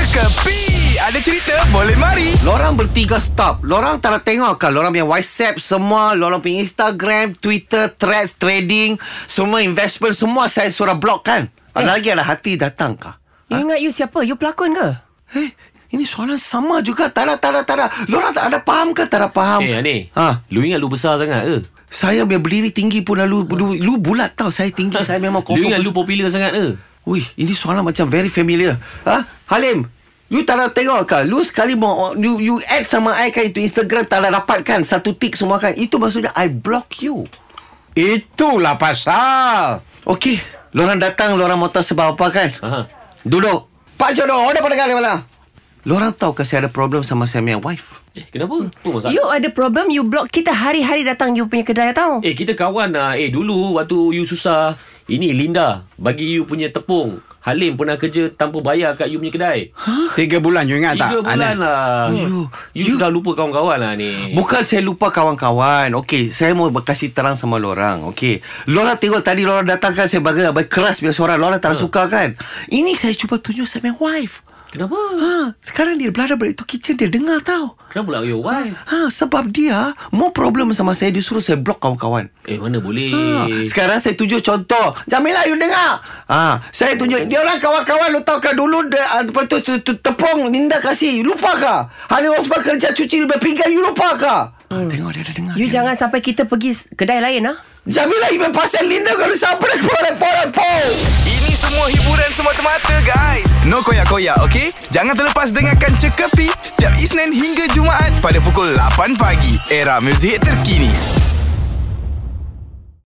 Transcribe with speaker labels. Speaker 1: Kepi Ada cerita boleh mari
Speaker 2: Lorang bertiga stop Lorang tak nak tengok kan Lorang punya WhatsApp semua Lorang punya Instagram Twitter Threads Trading Semua investment Semua saya suruh block kan eh. Lagi ada hati datang kah
Speaker 3: You ingat you siapa? You pelakon ke?
Speaker 2: Eh ini soalan sama juga Tak ada tak ada tak ada Lorang tak ada faham ke tak ada faham
Speaker 4: Eh Ani
Speaker 2: ha.
Speaker 4: Lu ingat lu besar sangat ke?
Speaker 2: Saya punya berdiri tinggi pun Lu, lu, lu bulat tau Saya tinggi Saya memang
Speaker 4: Lu
Speaker 2: confirm
Speaker 4: ingat lu popular sangat eh? ke?
Speaker 2: Wih, ini soalan macam very familiar. Ha? Halim, you tak nak tengok ke? Lu sekali mau you, you add sama I kan itu Instagram tak nak dapat kan? Satu tick semua kan? Itu maksudnya I block you.
Speaker 5: Itulah pasal.
Speaker 2: Okey, lorang datang, lorang mau tahu sebab apa kan?
Speaker 4: Aha.
Speaker 2: Duduk. Pak Jodoh, order pendengar di mana? Lorang tahu ke saya ada problem sama saya punya wife?
Speaker 4: Eh kenapa? Apa masalah?
Speaker 3: You ada problem You block kita hari-hari datang You punya kedai tau
Speaker 4: Eh kita kawan lah Eh dulu waktu you susah Ini Linda Bagi you punya tepung Halim pernah kerja Tanpa bayar kat you punya kedai
Speaker 5: Ha? Tiga bulan you ingat tak? Oh,
Speaker 4: Tiga bulan
Speaker 5: Ana?
Speaker 4: lah
Speaker 2: You-
Speaker 4: you, you,
Speaker 2: you-
Speaker 4: sudah lupa kawan-kawan lah ni
Speaker 2: Bukan saya lupa kawan-kawan. Okey, saya mau berkasih terang sama lorang. Okey. Lorang tengok tadi lorang datangkan kan, saya bagai abai keras biasa orang. Lorang tak suka kan? Ini saya cuba tunjuk saya punya wife.
Speaker 4: Kenapa?
Speaker 2: Ha, sekarang dia berada berada itu kitchen dia dengar tau.
Speaker 4: Kenapa lah your wife?
Speaker 2: Ha, sebab dia mau problem sama saya dia suruh saya block kawan-kawan.
Speaker 4: Eh mana boleh
Speaker 2: Ha,
Speaker 3: Eh.
Speaker 2: sekarang saya tunjuk contoh. Jamilah you dengar. Ha, saya tunjuk dia orang kawan-kawan lu tahu ke dulu dia ah, apa tu, tu, tu tepung Linda kasih. Lupa ke? Hari Osman kerja cuci lebih pinggan you lupa ke? Ha, tengok dia dah dengar.
Speaker 3: Hmm. You
Speaker 2: dia.
Speaker 3: jangan sampai kita pergi s- kedai lain ah.
Speaker 2: Jamilah you pasal Linda kalau sampai kepada para pol.
Speaker 1: Ini semua hiburan semata-mata guys No koyak-koyak ok Jangan terlepas dengarkan Cekapi Setiap Isnin hingga Jumaat Pada pukul 8 pagi Era muzik terkini